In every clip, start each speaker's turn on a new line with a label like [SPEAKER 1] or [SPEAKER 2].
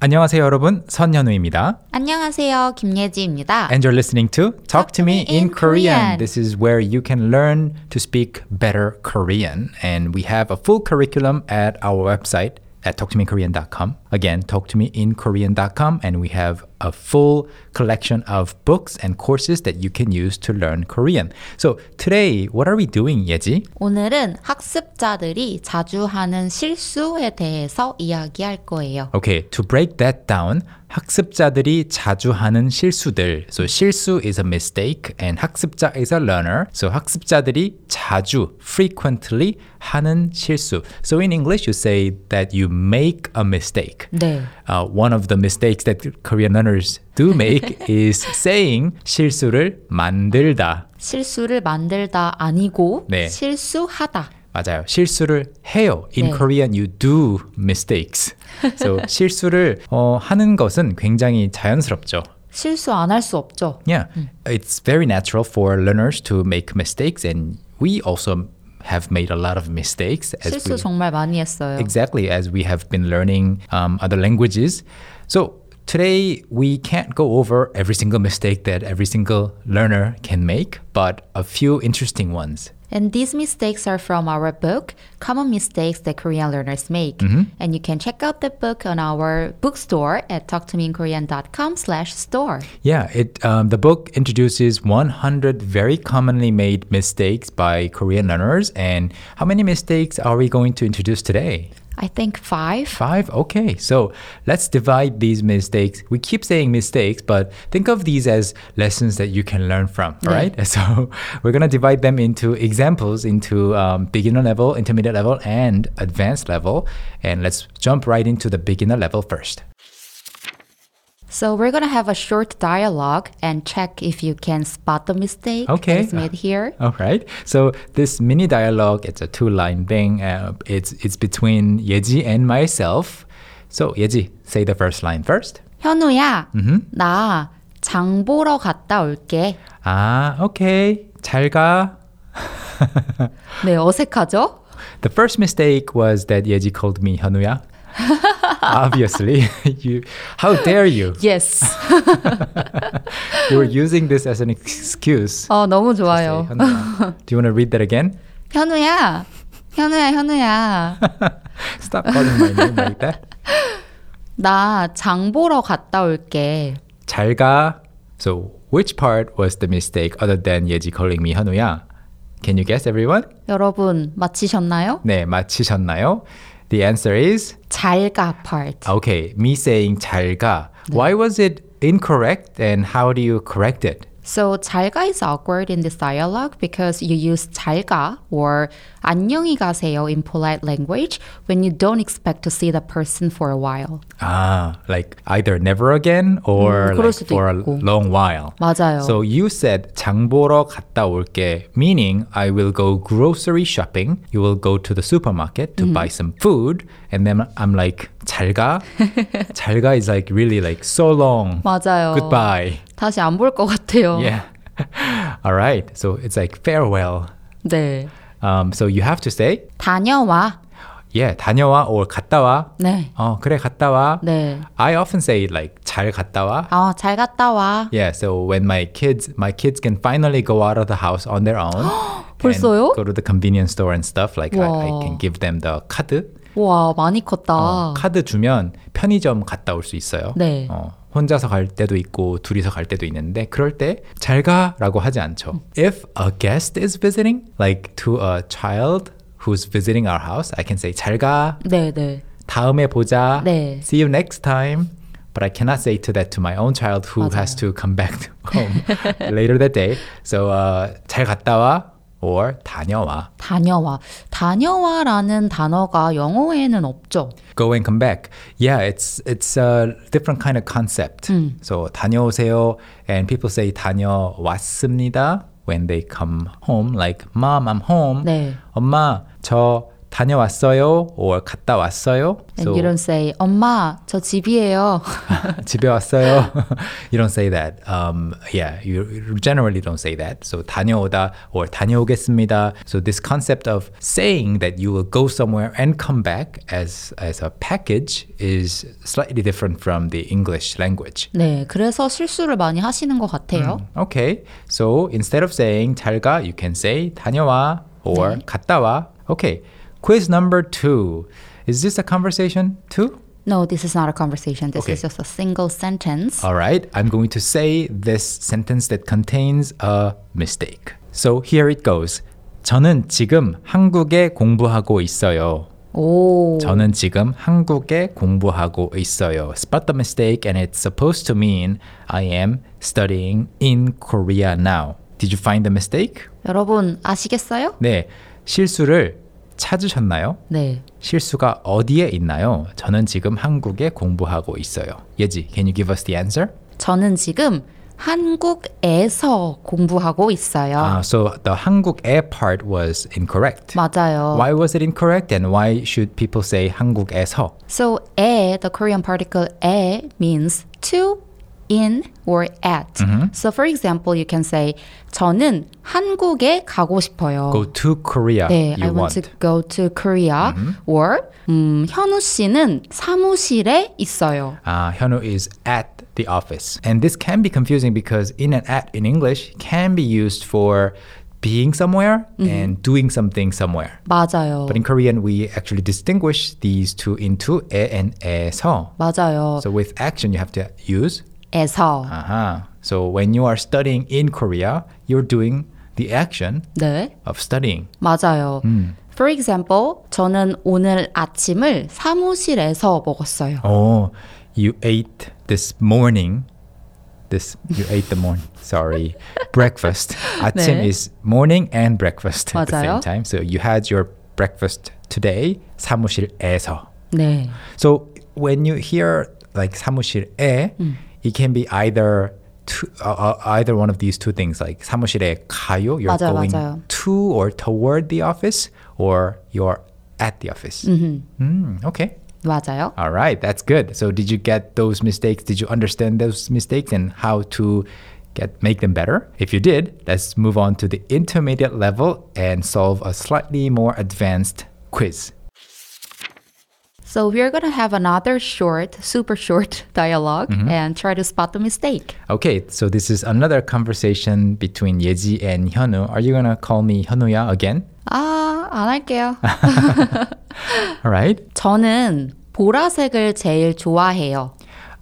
[SPEAKER 1] 안녕하세요 여러분 선현우입니다.
[SPEAKER 2] 안녕하세요. 김예지입니다.
[SPEAKER 1] And you're listening to Talk to Me in Korean. This is where you can learn to speak better Korean. And we have a full curriculum at our website at talktomeinkorean.com. Again, talktomeinkorean.com. And we have a full collection of books and courses that you can use to learn Korean. So today, what are we doing, Yeji?
[SPEAKER 2] 오늘은 학습자들이 자주 하는 실수에 대해서 이야기할 거예요.
[SPEAKER 1] Okay, to break that down, 학습자들이 자주 하는 실수들. So 실수 is a mistake and 학습자 is a learner. So 학습자들이 자주 frequently 하는 실수. So in English you say that you make a mistake.
[SPEAKER 2] 네.
[SPEAKER 1] Uh, one of the mistakes that Korean learners do make is saying 실수를 만들다.
[SPEAKER 2] 실수를 만들다 아니고
[SPEAKER 1] 네.
[SPEAKER 2] 실수하다.
[SPEAKER 1] 맞아요. 실수를 해요. In
[SPEAKER 2] 네.
[SPEAKER 1] Korean, you do mistakes. So, 실수를 어, 하는 것은 굉장히 자연스럽죠.
[SPEAKER 2] 실수 안 할 수 없죠.
[SPEAKER 1] Yeah, it's very natural for learners to make mistakes, and we also have made a lot of mistakes as
[SPEAKER 2] 실수
[SPEAKER 1] we,
[SPEAKER 2] 정말 많이 했어요.
[SPEAKER 1] exactly as we have been learning um, other languages. So today we can't go over every single mistake that every single learner can make, but a few interesting ones.
[SPEAKER 2] And these mistakes are from our book, Common Mistakes That Korean Learners Make. And you can check out the book on our bookstore at talktomeinkorean.com slash store.
[SPEAKER 1] Yeah, it um, the book introduces 100 very commonly made mistakes by Korean learners, and how many mistakes are we going to introduce today?
[SPEAKER 2] I think five.
[SPEAKER 1] Five? Okay. So let's divide these mistakes. We keep saying mistakes, but think of these as lessons that you can learn from, all right? So we're going to divide them into examples into um, beginner level, intermediate level, and advanced level. And let's jump right into the beginner level first.
[SPEAKER 2] So we're gonna have a short dialogue and check if you can spot the mistake
[SPEAKER 1] Okay.
[SPEAKER 2] that is made here.
[SPEAKER 1] All right. So this mini dialogue, it's a two line thing. Uh, it's, it's between Yeji and myself. So Yeji, say the first line first.
[SPEAKER 2] 현우야, 나 장 보러 갔다 올게.
[SPEAKER 1] 아, Ah, okay. 잘 가.
[SPEAKER 2] 네, 어색하죠?
[SPEAKER 1] The first mistake was that Yeji called me Hanuya. Obviously, you. How dare you?
[SPEAKER 2] Yes.
[SPEAKER 1] You were using this as an excuse.
[SPEAKER 2] 어, 너무
[SPEAKER 1] Say,
[SPEAKER 2] 좋아요.
[SPEAKER 1] "Hanuya." Do you want to read that again?
[SPEAKER 2] 현우야, 현우야, 현우야,
[SPEAKER 1] Stop calling my name like that.
[SPEAKER 2] 나 장 보러 갔다 올게.
[SPEAKER 1] 잘 가. So, which part was the mistake other than Yeji calling me Hanuya? Can you guess, everyone?
[SPEAKER 2] 여러분 마치셨나요?
[SPEAKER 1] 네, 맞히셨나요? The answer is
[SPEAKER 2] 잘가 part.
[SPEAKER 1] okay. Me saying 잘 가. Why was it incorrect, and how do you correct it?
[SPEAKER 2] So 잘가 is awkward in this dialogue because you use 잘가 or 안녕히 가세요 in polite language when you don't expect to see the person for a while.
[SPEAKER 1] Ah, like either never again or
[SPEAKER 2] 음, 그럴
[SPEAKER 1] like
[SPEAKER 2] 수도
[SPEAKER 1] for a
[SPEAKER 2] 있고.
[SPEAKER 1] long while.
[SPEAKER 2] 맞아요.
[SPEAKER 1] So you said 장 보러 갔다 올게, meaning I will go grocery shopping. You will go to the supermarket to buy some food, and then I'm like 잘 가. 잘 가 is like really like so long.
[SPEAKER 2] 맞아요.
[SPEAKER 1] Goodbye.
[SPEAKER 2] 다시 안 볼 것 같아요.
[SPEAKER 1] Yeah. All right. So it's like farewell.
[SPEAKER 2] 네.
[SPEAKER 1] Um, so you have to say
[SPEAKER 2] 다녀와.
[SPEAKER 1] yeah 다녀와 or 갔다 와.
[SPEAKER 2] 네.
[SPEAKER 1] 어 그래 갔다 와.
[SPEAKER 2] 네.
[SPEAKER 1] I often say like 잘 갔다 와.
[SPEAKER 2] 아, 잘 갔다 와.
[SPEAKER 1] Yeah, so when my kids my kids can finally go out of the house on their own.
[SPEAKER 2] 벌써요?
[SPEAKER 1] And go to the convenience store and stuff like I, I
[SPEAKER 2] 와.
[SPEAKER 1] can give them the 카드.
[SPEAKER 2] 와, 많이 컸다.
[SPEAKER 1] 어, 카드 주면 편의점 갔다 올 수 있어요.
[SPEAKER 2] 네.
[SPEAKER 1] 어, 혼자서 갈 때도 있고 둘이서 갈 때도 있는데 그럴 때 잘 가라고 하지 않죠. If a guest is visiting like to a child who's visiting our house, I can say 잘 가.
[SPEAKER 2] 네, 네.
[SPEAKER 1] 다음에 보자.
[SPEAKER 2] 네.
[SPEAKER 1] See you next time. But I cannot say to that to my own child who has to come back to home later that day. So uh, 잘 갔다 와 or 다녀와.
[SPEAKER 2] 다녀와. 다녀와라는 단어가 영어에는 없죠.
[SPEAKER 1] Go and come back. Yeah, it's it's a different kind of concept.
[SPEAKER 2] 음.
[SPEAKER 1] So 다녀오세요 and people say 다녀왔습니다 when they come home like mom I'm home.
[SPEAKER 2] 네.
[SPEAKER 1] 엄마 저 다녀왔어요 or 갔다 왔어요.
[SPEAKER 2] And you don't say, 엄마, 저 집이에요.
[SPEAKER 1] 집에 왔어요. you don't say that. Um, yeah, you generally don't say that. So 다녀오다 or 다녀오겠습니다. So this concept of saying that you will go somewhere and come back as as a package is slightly different from the English language.
[SPEAKER 2] 네, 그래서 실수를 많이 하시는 것
[SPEAKER 1] 음.
[SPEAKER 2] 같아요.
[SPEAKER 1] Okay, so instead of saying 잘가, you can say 다녀와 or
[SPEAKER 2] 네.
[SPEAKER 1] 갔다 와. Okay, quiz number two. Is this a conversation too?
[SPEAKER 2] No, this is not a conversation. This
[SPEAKER 1] Okay. 아,
[SPEAKER 2] is just a single sentence.
[SPEAKER 1] All right, I'm going to say this sentence that contains a mistake. So here it goes. 저는 지금 한국에 공부하고 있어요.
[SPEAKER 2] 오,
[SPEAKER 1] 저는 지금 한국에 공부하고 있어요. Spot the mistake and it's supposed to mean I am studying in Korea now. Did you find the mistake?
[SPEAKER 2] 여러분 아시겠어요?
[SPEAKER 1] 네. 실수를 찾으셨나요?
[SPEAKER 2] 네.
[SPEAKER 1] 실수가 어디에 있나요? 저는 지금 한국에 공부하고 있어요. 예지, can you give us the answer?
[SPEAKER 2] 저는 지금 한국에서 공부하고 있어요.
[SPEAKER 1] Uh, so the 한국 air part was incorrect.
[SPEAKER 2] 맞아요.
[SPEAKER 1] Why was it incorrect and why should people say 한국에서?
[SPEAKER 2] So 에, the Korean particle 에 means to, in, or at. So for example, you can say 저는 한국에 가고 싶어요.
[SPEAKER 1] Go to Korea
[SPEAKER 2] 네,
[SPEAKER 1] you
[SPEAKER 2] I want,
[SPEAKER 1] want.
[SPEAKER 2] to go to Korea. Or 음, 현우 씨는 사무실에 있어요.
[SPEAKER 1] Uh, 현우 is at the office. And this can be confusing because in and at in English can be used for being somewhere
[SPEAKER 2] Mm-hmm.
[SPEAKER 1] and doing something somewhere.
[SPEAKER 2] 맞아요.
[SPEAKER 1] But in Korean, we actually distinguish these two into 에 and 에서.
[SPEAKER 2] 맞아요.
[SPEAKER 1] So with action, you have to use
[SPEAKER 2] 에서.
[SPEAKER 1] Uh-huh. So when you are studying in Korea, you're doing the action
[SPEAKER 2] 네.
[SPEAKER 1] of studying.
[SPEAKER 2] 맞아요. For example, 저는 오늘 아침을 사무실에서 먹었어요.
[SPEAKER 1] Oh, you ate this morning. This you ate the morning. Sorry, breakfast. 아침
[SPEAKER 2] 네.
[SPEAKER 1] is morning and breakfast at the same
[SPEAKER 2] 맞아요.
[SPEAKER 1] time. So you had your breakfast today. 사무실에서.
[SPEAKER 2] 네.
[SPEAKER 1] So when you hear like 사무실에, it can be either to, uh, uh, either one of these two things. Like 사무실에 가요, you're
[SPEAKER 2] 맞아요,
[SPEAKER 1] going
[SPEAKER 2] 맞아요.
[SPEAKER 1] to or toward the office, or you're at the office. Mm, okay.
[SPEAKER 2] 맞아요.
[SPEAKER 1] All right, that's good. So did you get those mistakes? Did you understand those mistakes and how to get make them better? If you did, let's move on to the intermediate level and solve a slightly more advanced quiz.
[SPEAKER 2] So we're going to have another short, super short dialog and try to spot the mistake.
[SPEAKER 1] Okay, so this is another conversation between Yeji and Hyunwoo. Are you gonna call me Hyunwoo야 again?
[SPEAKER 2] 아, 안 할게요.
[SPEAKER 1] All right.
[SPEAKER 2] 저는 보라색을 제일 좋아해요.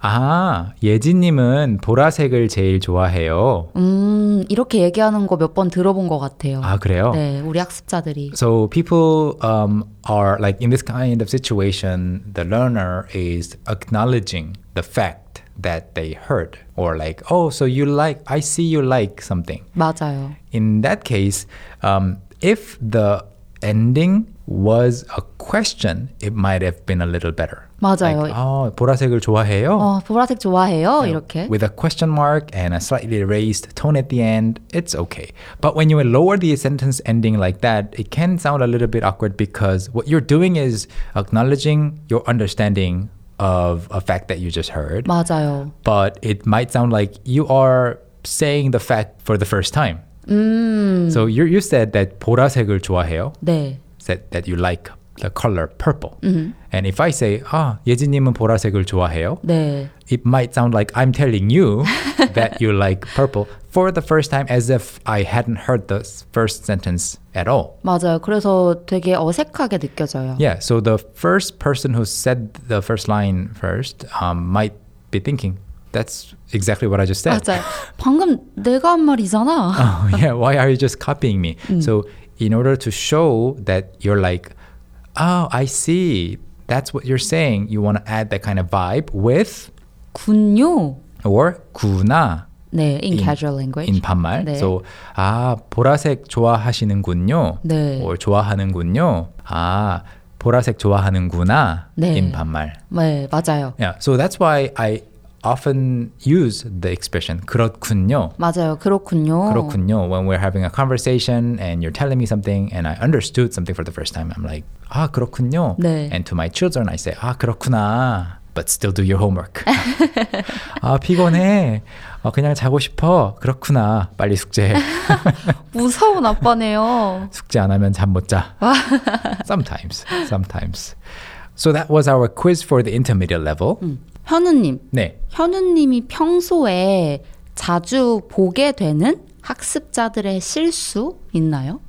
[SPEAKER 1] 아, Ah, 예지님은 보라색을 제일 좋아해요.
[SPEAKER 2] 음, 이렇게 얘기하는 거 몇 번 들어본 것 같아요.
[SPEAKER 1] 아, 그래요?
[SPEAKER 2] 네, 우리 학습자들이.
[SPEAKER 1] So people um, are like in this kind of situation, the learner is acknowledging the fact that they heard or like, oh, so you like, I see you like something.
[SPEAKER 2] 맞아요.
[SPEAKER 1] In that case, um, if the ending was a question, it might have been a little better.
[SPEAKER 2] 맞아요.
[SPEAKER 1] Like, oh, 보라색을 좋아해요.
[SPEAKER 2] 어, 보라색 좋아해요? 이렇게.
[SPEAKER 1] With a question mark and a slightly raised tone at the end, it's okay. But when you lower the sentence ending like that, it can sound a little bit awkward because what you're doing is acknowledging your understanding of a fact that you just heard,
[SPEAKER 2] 맞아요.
[SPEAKER 1] but it might sound like you are saying the fact for the first time. So you, you said that 보라색을 좋아해요.
[SPEAKER 2] 네.
[SPEAKER 1] Said that you like the color purple. And if I say, 아, 예지님은 보라색을 좋아해요.
[SPEAKER 2] 네.
[SPEAKER 1] it might sound like I'm telling you that you like purple for the first time as if I hadn't heard the s- first sentence at all.
[SPEAKER 2] 맞아요. 그래서 되게 어색하게 느껴져요.
[SPEAKER 1] Yeah, so the first person who said the first line first um, might be thinking, that's exactly what I just said.
[SPEAKER 2] 맞아요. 방금 내가 한 말이잖아.
[SPEAKER 1] oh, yeah, why are you just copying me? So, in order to show that you're like, oh, I see, that's what you're saying, you want to add that kind of vibe with
[SPEAKER 2] 군요.
[SPEAKER 1] or 구나.
[SPEAKER 2] 네, in,
[SPEAKER 1] in-
[SPEAKER 2] casual language.
[SPEAKER 1] in 반말.
[SPEAKER 2] 네.
[SPEAKER 1] So 아 보라색 좋아하시는군요.
[SPEAKER 2] 네.
[SPEAKER 1] or 좋아하는군요. 아 보라색 좋아하는구나.
[SPEAKER 2] 네.
[SPEAKER 1] in 반말.
[SPEAKER 2] 네, 맞아요.
[SPEAKER 1] Yeah. So that's why I often use the expression 그렇군요.
[SPEAKER 2] 맞아요. 그렇군요.
[SPEAKER 1] 그렇군요. When we're having a conversation and you're telling me something and I understood something for the first time, I'm like, 아, 그렇군요.
[SPEAKER 2] 네.
[SPEAKER 1] And to my children, I say, 아, 그렇구나. But still do your homework. 아, 피곤해. 어, 그냥 자고 싶어. 그렇구나. 빨리 숙제해.
[SPEAKER 2] 무서운 아빠네요.
[SPEAKER 1] 숙제 안 하면 잠 못 자.
[SPEAKER 2] 아.
[SPEAKER 1] sometimes. Sometimes. So that was our quiz for the intermediate level.
[SPEAKER 2] 음. 현우님,
[SPEAKER 1] 네.
[SPEAKER 2] 현우님이 평소에 자주 보게 되는 학습자들의 실수 있나요?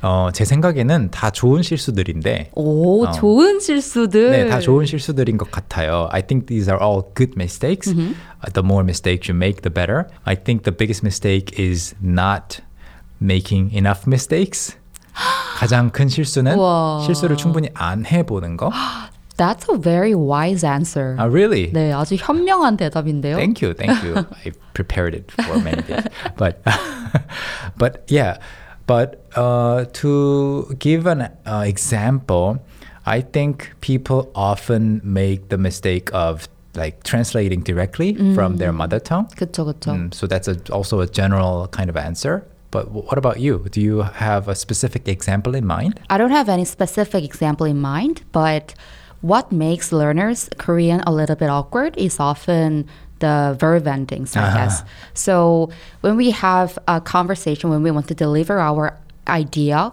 [SPEAKER 1] 어, 제 생각에는 다 좋은 실수들인데
[SPEAKER 2] 오,
[SPEAKER 1] 어.
[SPEAKER 2] 좋은 실수들.
[SPEAKER 1] 네, 다 좋은 실수들인 것 같아요. I think these are all good mistakes. Uh, The more mistakes you make, the better. I think the biggest mistake is not making enough mistakes. 가장 큰 실수는
[SPEAKER 2] 우와.
[SPEAKER 1] 실수를 충분히 안 해보는 거.
[SPEAKER 2] That's a very wise answer.
[SPEAKER 1] 아, really?
[SPEAKER 2] 네, 아주 현명한 대답인데요.
[SPEAKER 1] Thank you, thank you. I prepared it for many days, but but yeah, but uh, to give an uh, example, I think people often make the mistake of like translating directly from their mother tongue.
[SPEAKER 2] 그쵸, 그쵸.
[SPEAKER 1] Mm, so that's a, also a general kind of answer. But wh- what about you? Do you have a specific example in mind?
[SPEAKER 2] I don't have any specific example in mind, but what makes learners Korean a little bit awkward is often the verb endings, I guess. So when we have a conversation, when we want to deliver our idea,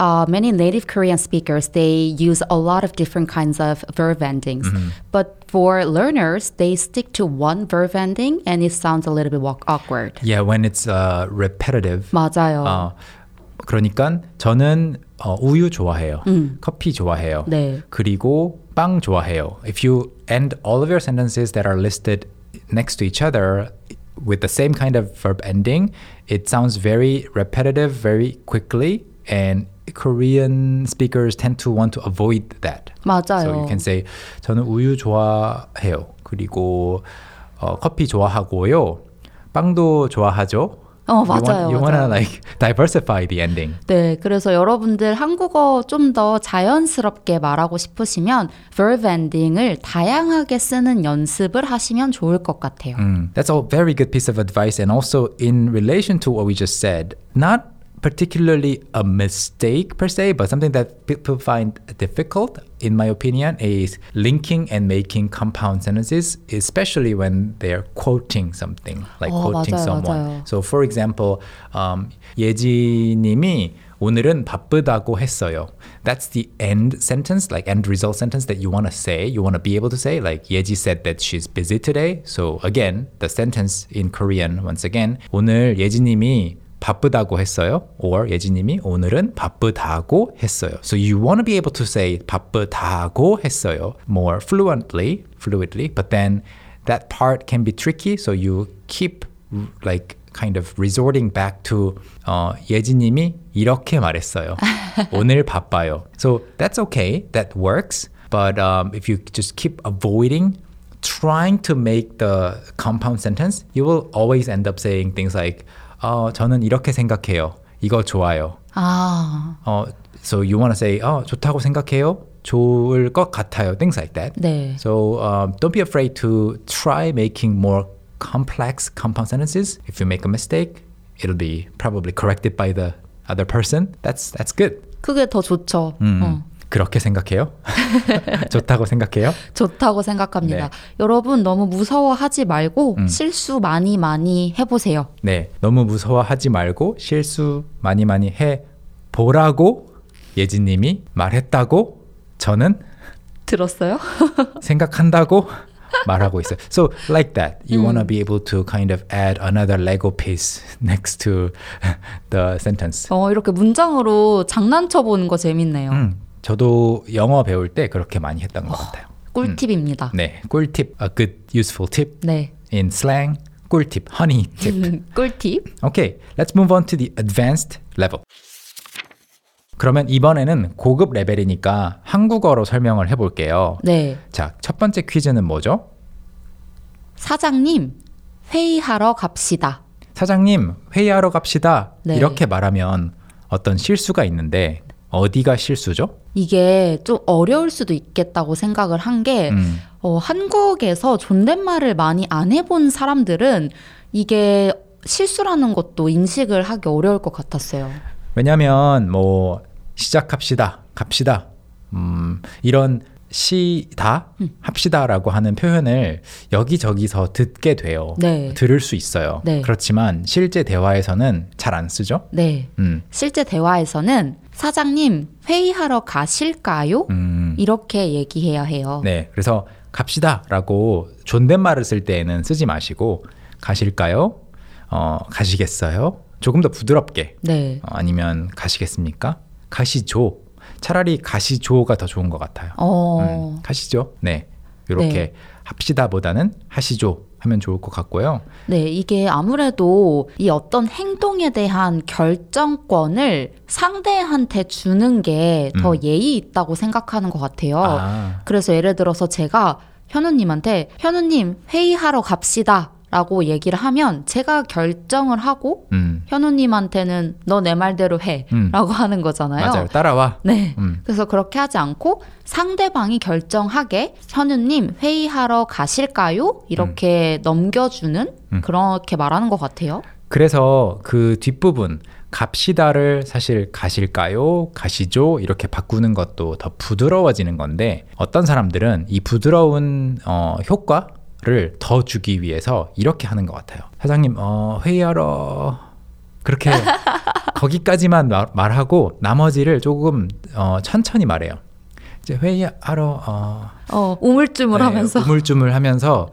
[SPEAKER 2] uh, many native Korean speakers they use a lot of different kinds of verb endings, but for learners they stick to one verb ending and it sounds a little bit wa- awkward.
[SPEAKER 1] Yeah, when it's uh, repetitive.
[SPEAKER 2] 맞아요.
[SPEAKER 1] 어, 그러니까 저는 어, 우유 좋아해요. 커피 좋아해요.
[SPEAKER 2] 음. 네.
[SPEAKER 1] 그리고 빵 좋아해요. If you end all of your sentences that are listed next to each other with the same kind of verb ending, it sounds very repetitive very quickly and Korean speakers tend to want to avoid that.
[SPEAKER 2] 맞아요.
[SPEAKER 1] So you can say 저는 우유 좋아해요. 그리고 어, 커피 좋아하고요. 빵도 좋아하죠.
[SPEAKER 2] 어,
[SPEAKER 1] You want-
[SPEAKER 2] Oh, 맞아요,
[SPEAKER 1] you wanna
[SPEAKER 2] 맞아요.
[SPEAKER 1] like diversify the ending.
[SPEAKER 2] 네, 그래서 여러분들 한국어 좀 더 자연스럽게 말하고 싶으시면 verb ending을 다양하게 쓰는 연습을 하시면 좋을 것 같아요.
[SPEAKER 1] Mm. That's all very good piece of advice. And also in relation to what we just said, not particularly a mistake per se, but something that people find difficult, in my opinion, is linking and making compound sentences, especially when they're quoting something, like
[SPEAKER 2] 어,
[SPEAKER 1] quoting
[SPEAKER 2] Oh, 맞아요,
[SPEAKER 1] someone.
[SPEAKER 2] 맞아요.
[SPEAKER 1] So for example, um, 예지님이 오늘은 바쁘다고 했어요. That's the end sentence, like end result sentence that you want to say. You want to be able to say, like 예지 said that she's busy today. So again, the sentence in Korean once again. 오늘 예지님이 바쁘다고 했어요. Or 예지님이 오늘은 바쁘다고 했어요. So you want to be able to say 바쁘다고 했어요 more fluently, fluidly. But then that part can be tricky. So you keep like kind of resorting back to 어, 예지님이 이렇게 말했어요. 오늘 바빠요. So that's okay. That works. But um, if you just keep avoiding trying to make the compound sentence, you will always end up saying things like 어, 저는 이렇게 생각해요. 이거 좋아요.
[SPEAKER 2] 아,
[SPEAKER 1] 어, so you want to say 어, 좋다고 생각해요. 좋을 것 같아요. Things like that.
[SPEAKER 2] 네.
[SPEAKER 1] So um, don't be afraid to try making more complex compound sentences. If you make a mistake, it'll be probably corrected by the other person. That's that's good.
[SPEAKER 2] 그게 더 좋죠. 어,
[SPEAKER 1] 그렇게 생각해요? 좋다고 생각해요?
[SPEAKER 2] 좋다고 생각합니다.
[SPEAKER 1] 네.
[SPEAKER 2] 여러분 너무 무서워하지 말고 실수 많이 많이 해보세요.
[SPEAKER 1] 네. 너무 무서워하지 말고 실수 많이 많이 해 보라고 예진님이 말했다고 저는
[SPEAKER 2] 들었어요?
[SPEAKER 1] 생각한다고 말하고 있어요. So like that, you want to be able to kind of add another Lego piece next to the sentence.
[SPEAKER 2] 어, 이렇게 문장으로 장난쳐 보는 거 재밌네요.
[SPEAKER 1] 음, 저도 영어 배울 때 그렇게 많이 했던 것 같아요.
[SPEAKER 2] 어. 꿀팁입니다.
[SPEAKER 1] 네, 꿀팁, a good useful tip
[SPEAKER 2] 네.
[SPEAKER 1] in slang, 꿀팁, honey
[SPEAKER 2] 음.
[SPEAKER 1] tip.
[SPEAKER 2] 꿀팁.
[SPEAKER 1] okay, let's move on to the advanced level. 그러면 이번에는 고급 레벨이니까 한국어로 설명을 해볼게요.
[SPEAKER 2] 네.
[SPEAKER 1] 자, 첫 번째 퀴즈는 뭐죠?
[SPEAKER 2] 사장님, 회의하러 갑시다.
[SPEAKER 1] 사장님 회의하러 갑시다
[SPEAKER 2] 네.
[SPEAKER 1] 이렇게 말하면 어떤 실수가 있는데 어디가 실수죠? 음.
[SPEAKER 2] 이게 좀 어려울 수도 있겠다고 생각을 한 게 어, 한국에서 존댓말을 많이 안 해본 사람들은 이게 실수라는 것도 인식을 하기 어려울 것 같았어요.
[SPEAKER 1] 왜냐하면 뭐 시작합시다, 갑시다, 음, 이런 시다,
[SPEAKER 2] 음.
[SPEAKER 1] 합시다라고 하는 표현을 여기저기서 듣게 돼요.
[SPEAKER 2] 네.
[SPEAKER 1] 들을 수 있어요.
[SPEAKER 2] 네.
[SPEAKER 1] 그렇지만 실제 대화에서는 잘 안 쓰죠.
[SPEAKER 2] 네.
[SPEAKER 1] 음,
[SPEAKER 2] 실제 대화에서는 사장님 회의하러 가실까요?
[SPEAKER 1] 음,
[SPEAKER 2] 이렇게 얘기해야 해요.
[SPEAKER 1] 네. 그래서 갑시다라고 존댓말을 쓸 때에는 쓰지 마시고 가실까요? 어, 가시겠어요? 조금 더 부드럽게
[SPEAKER 2] 네.
[SPEAKER 1] 어, 아니면 가시겠습니까? 가시죠. 차라리 가시죠가 더 좋은 것 같아요.
[SPEAKER 2] 어,
[SPEAKER 1] 음, 가시죠. 네. 이렇게
[SPEAKER 2] 네.
[SPEAKER 1] 합시다보다는 하시죠 하면 좋을 것 같고요.
[SPEAKER 2] 네, 이게 아무래도 이 어떤 행동에 대한 결정권을 상대한테 주는 게 더 예의 있다고 생각하는 것 음. 같아요.
[SPEAKER 1] 아,
[SPEAKER 2] 그래서 예를 들어서 제가 현우님한테 현우님 회의하러 갑시다 라고 얘기를 하면 제가 결정을 하고
[SPEAKER 1] 음,
[SPEAKER 2] 현우님한테는 너 내 말대로 해
[SPEAKER 1] 음.
[SPEAKER 2] 라고 하는 거잖아요.
[SPEAKER 1] 맞아요. 따라와.
[SPEAKER 2] 네.
[SPEAKER 1] 음,
[SPEAKER 2] 그래서 그렇게 하지 않고 상대방이 결정하게 현우님 회의하러 가실까요? 이렇게
[SPEAKER 1] 음.
[SPEAKER 2] 넘겨주는 그렇게 말하는 것 같아요.
[SPEAKER 1] 그래서 그 뒷부분 갑시다를 사실 가실까요? 가시죠? 이렇게 바꾸는 것도 더 부드러워지는 건데 어떤 사람들은 이 부드러운 어, 효과를 더 주기 위해서 이렇게 하는 것 같아요. 사장님 어, 회의하러 그렇게 해요. 거기까지만 마- 말하고 나머지를 조금 어, 천천히 말해요. 이제 회의하러 어,
[SPEAKER 2] 어, 우물쭈물하면서
[SPEAKER 1] 네, 우물쭈물하면서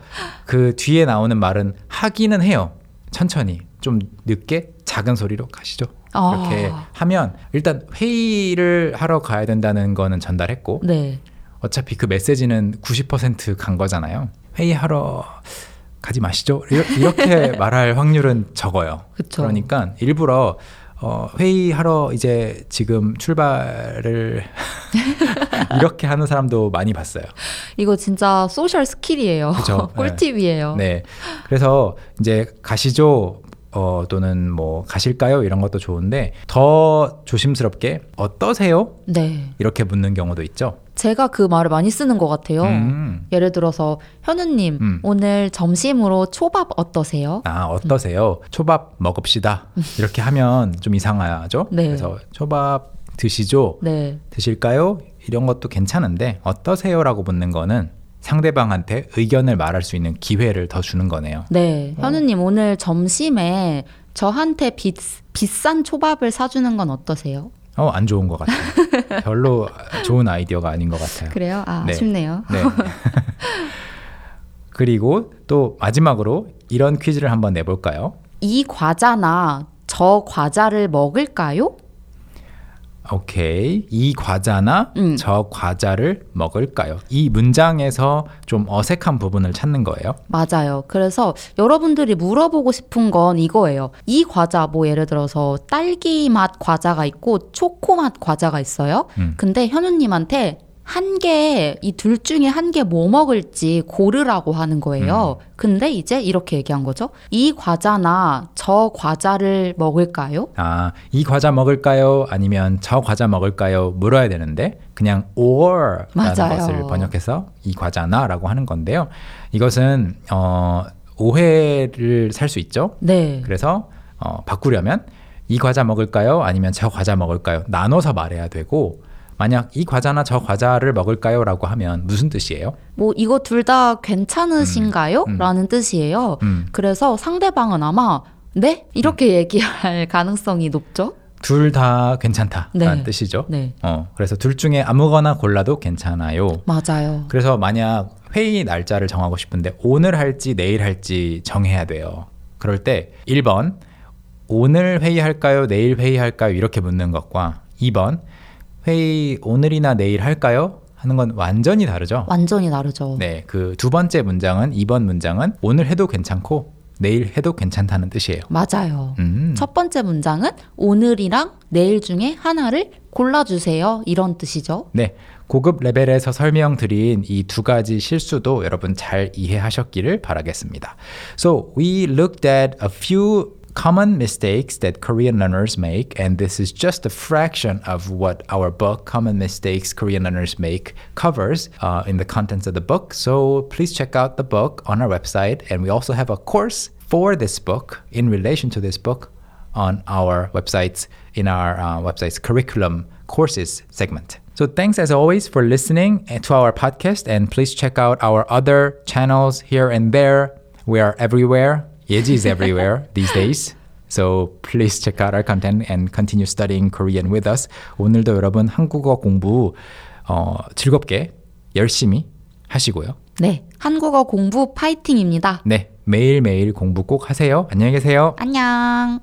[SPEAKER 1] 그 뒤에 나오는 말은 하기는 해요. 천천히 좀 늦게 작은 소리로 가시죠.
[SPEAKER 2] 아.
[SPEAKER 1] 이렇게 하면 일단 회의를 하러 가야 된다는 거는 전달했고
[SPEAKER 2] 네.
[SPEAKER 1] 어차피 그 메시지는 90%간 거잖아요. 회의하러 가지 마시죠. 이렇- 이렇게 말할 확률은 적어요.
[SPEAKER 2] 그쵸.
[SPEAKER 1] 그러니까 일부러 어, 회의하러 이제 지금 출발을 이렇게 하는 사람도 많이 봤어요.
[SPEAKER 2] 이거 진짜 소셜 스킬이에요.
[SPEAKER 1] 그죠.
[SPEAKER 2] 꿀팁이에요.
[SPEAKER 1] 네. 그래서 이제 가시죠. 어, 또는 뭐 가실까요? 이런 것도 좋은데 더 조심스럽게 어떠세요?
[SPEAKER 2] 네.
[SPEAKER 1] 이렇게 묻는 경우도 있죠.
[SPEAKER 2] 제가 그 말을 많이 쓰는 것 같아요.
[SPEAKER 1] 음.
[SPEAKER 2] 예를 들어서 현우님
[SPEAKER 1] 음.
[SPEAKER 2] 오늘 점심으로 초밥 어떠세요?
[SPEAKER 1] 아, 어떠세요? 초밥 먹읍시다. 이렇게 하면 좀 이상하죠?
[SPEAKER 2] 네.
[SPEAKER 1] 그래서 초밥 드시죠?
[SPEAKER 2] 네.
[SPEAKER 1] 드실까요? 이런 것도 괜찮은데 어떠세요? 라고 묻는 거는 상대방한테 의견을 말할 수 있는 기회를 더 주는 거네요.
[SPEAKER 2] 네. 현우님 오늘 점심에 저한테 비, 비싼 초밥을 사주는 건 어떠세요?
[SPEAKER 1] 어, 안 좋은 것 같아요. 별로 좋은 아이디어가 아닌 것 같아요.
[SPEAKER 2] 그래요? 아,
[SPEAKER 1] 네.
[SPEAKER 2] 아쉽네요.
[SPEAKER 1] 네. 그리고 또 마지막으로 이런 퀴즈를 한번 내볼까요?
[SPEAKER 2] 이 과자나 저 과자를 먹을까요?
[SPEAKER 1] 오케이. 이 과자나
[SPEAKER 2] 음.
[SPEAKER 1] 저 과자를 먹을까요? 이 문장에서 좀 어색한 부분을 찾는 거예요.
[SPEAKER 2] 맞아요. 그래서 여러분들이 물어보고 싶은 건 이거예요. 이 과자 뭐 예를 들어서 딸기 맛 과자가 있고 초코 맛 과자가 있어요.
[SPEAKER 1] 음.
[SPEAKER 2] 근데 현우님한테 한 개 이 둘 중에 한 개 뭐 먹을지 고르라고 하는 거예요.
[SPEAKER 1] 음.
[SPEAKER 2] 근데 이제 이렇게 얘기한 거죠. 이 과자나 저 과자를 먹을까요?
[SPEAKER 1] 아, 이 과자 먹을까요? 아니면 저 과자 먹을까요? 물어야 되는데 그냥 or라는
[SPEAKER 2] 맞아요.
[SPEAKER 1] 것을 번역해서 이 과자나라고 하는 건데요. 이것은 어, 오해를 살 수 있죠.
[SPEAKER 2] 네.
[SPEAKER 1] 그래서 어, 바꾸려면 이 과자 먹을까요? 아니면 저 과자 먹을까요? 나눠서 말해야 되고 만약 이 과자나 저 과자를 먹을까요라고 하면 무슨 뜻이에요?
[SPEAKER 2] 뭐 이거 둘 다 괜찮으신가요?
[SPEAKER 1] 음, 음.
[SPEAKER 2] 라는 뜻이에요.
[SPEAKER 1] 음,
[SPEAKER 2] 그래서 상대방은 아마 네? 이렇게 얘기할 가능성이 높죠?
[SPEAKER 1] 둘 다 괜찮다라는
[SPEAKER 2] 네.
[SPEAKER 1] 뜻이죠.
[SPEAKER 2] 네.
[SPEAKER 1] 어, 그래서 둘 중에 아무거나 골라도 괜찮아요.
[SPEAKER 2] 맞아요.
[SPEAKER 1] 그래서 만약 회의 날짜를 정하고 싶은데 오늘 할지 내일 할지 정해야 돼요. 그럴 때 1번 오늘 회의할까요? 내일 회의할까요? 이렇게 묻는 것과 2번 회의 오늘이나 내일 할까요? 하는 건 완전히 다르죠.
[SPEAKER 2] 완전히 다르죠.
[SPEAKER 1] 네, 그 두 번째 문장은 2번 문장은 오늘 해도 괜찮고 내일 해도 괜찮다는 뜻이에요.
[SPEAKER 2] 맞아요.
[SPEAKER 1] 음.
[SPEAKER 2] 첫 번째 문장은 오늘이랑 내일 중에 하나를 골라주세요. 이런 뜻이죠.
[SPEAKER 1] 네, 고급 레벨에서 설명드린 이 두 가지 실수도 여러분 잘 이해하셨기를 바라겠습니다. So we looked at a few common mistakes that Korean learners make, and this is just a fraction of what our book, Common Mistakes Korean Learners Make, covers uh, in the contents of the book. So please check out the book on our website, and we also have a course for this book in relation to this book on our websites in our uh, website's curriculum courses segment. So thanks as always for listening eh, to our podcast, and please check out our other channels here and there. We are everywhere. Yeji is everywhere these days. So please check out our content and continue studying Korean with us. 오늘도 여러분 한국어 공부 어, 즐겁게 열심히 하시고요.
[SPEAKER 2] 네, 한국어 공부 파이팅입니다.
[SPEAKER 1] 네, 매일매일 공부 꼭 하세요. 안녕히 계세요.
[SPEAKER 2] 안녕.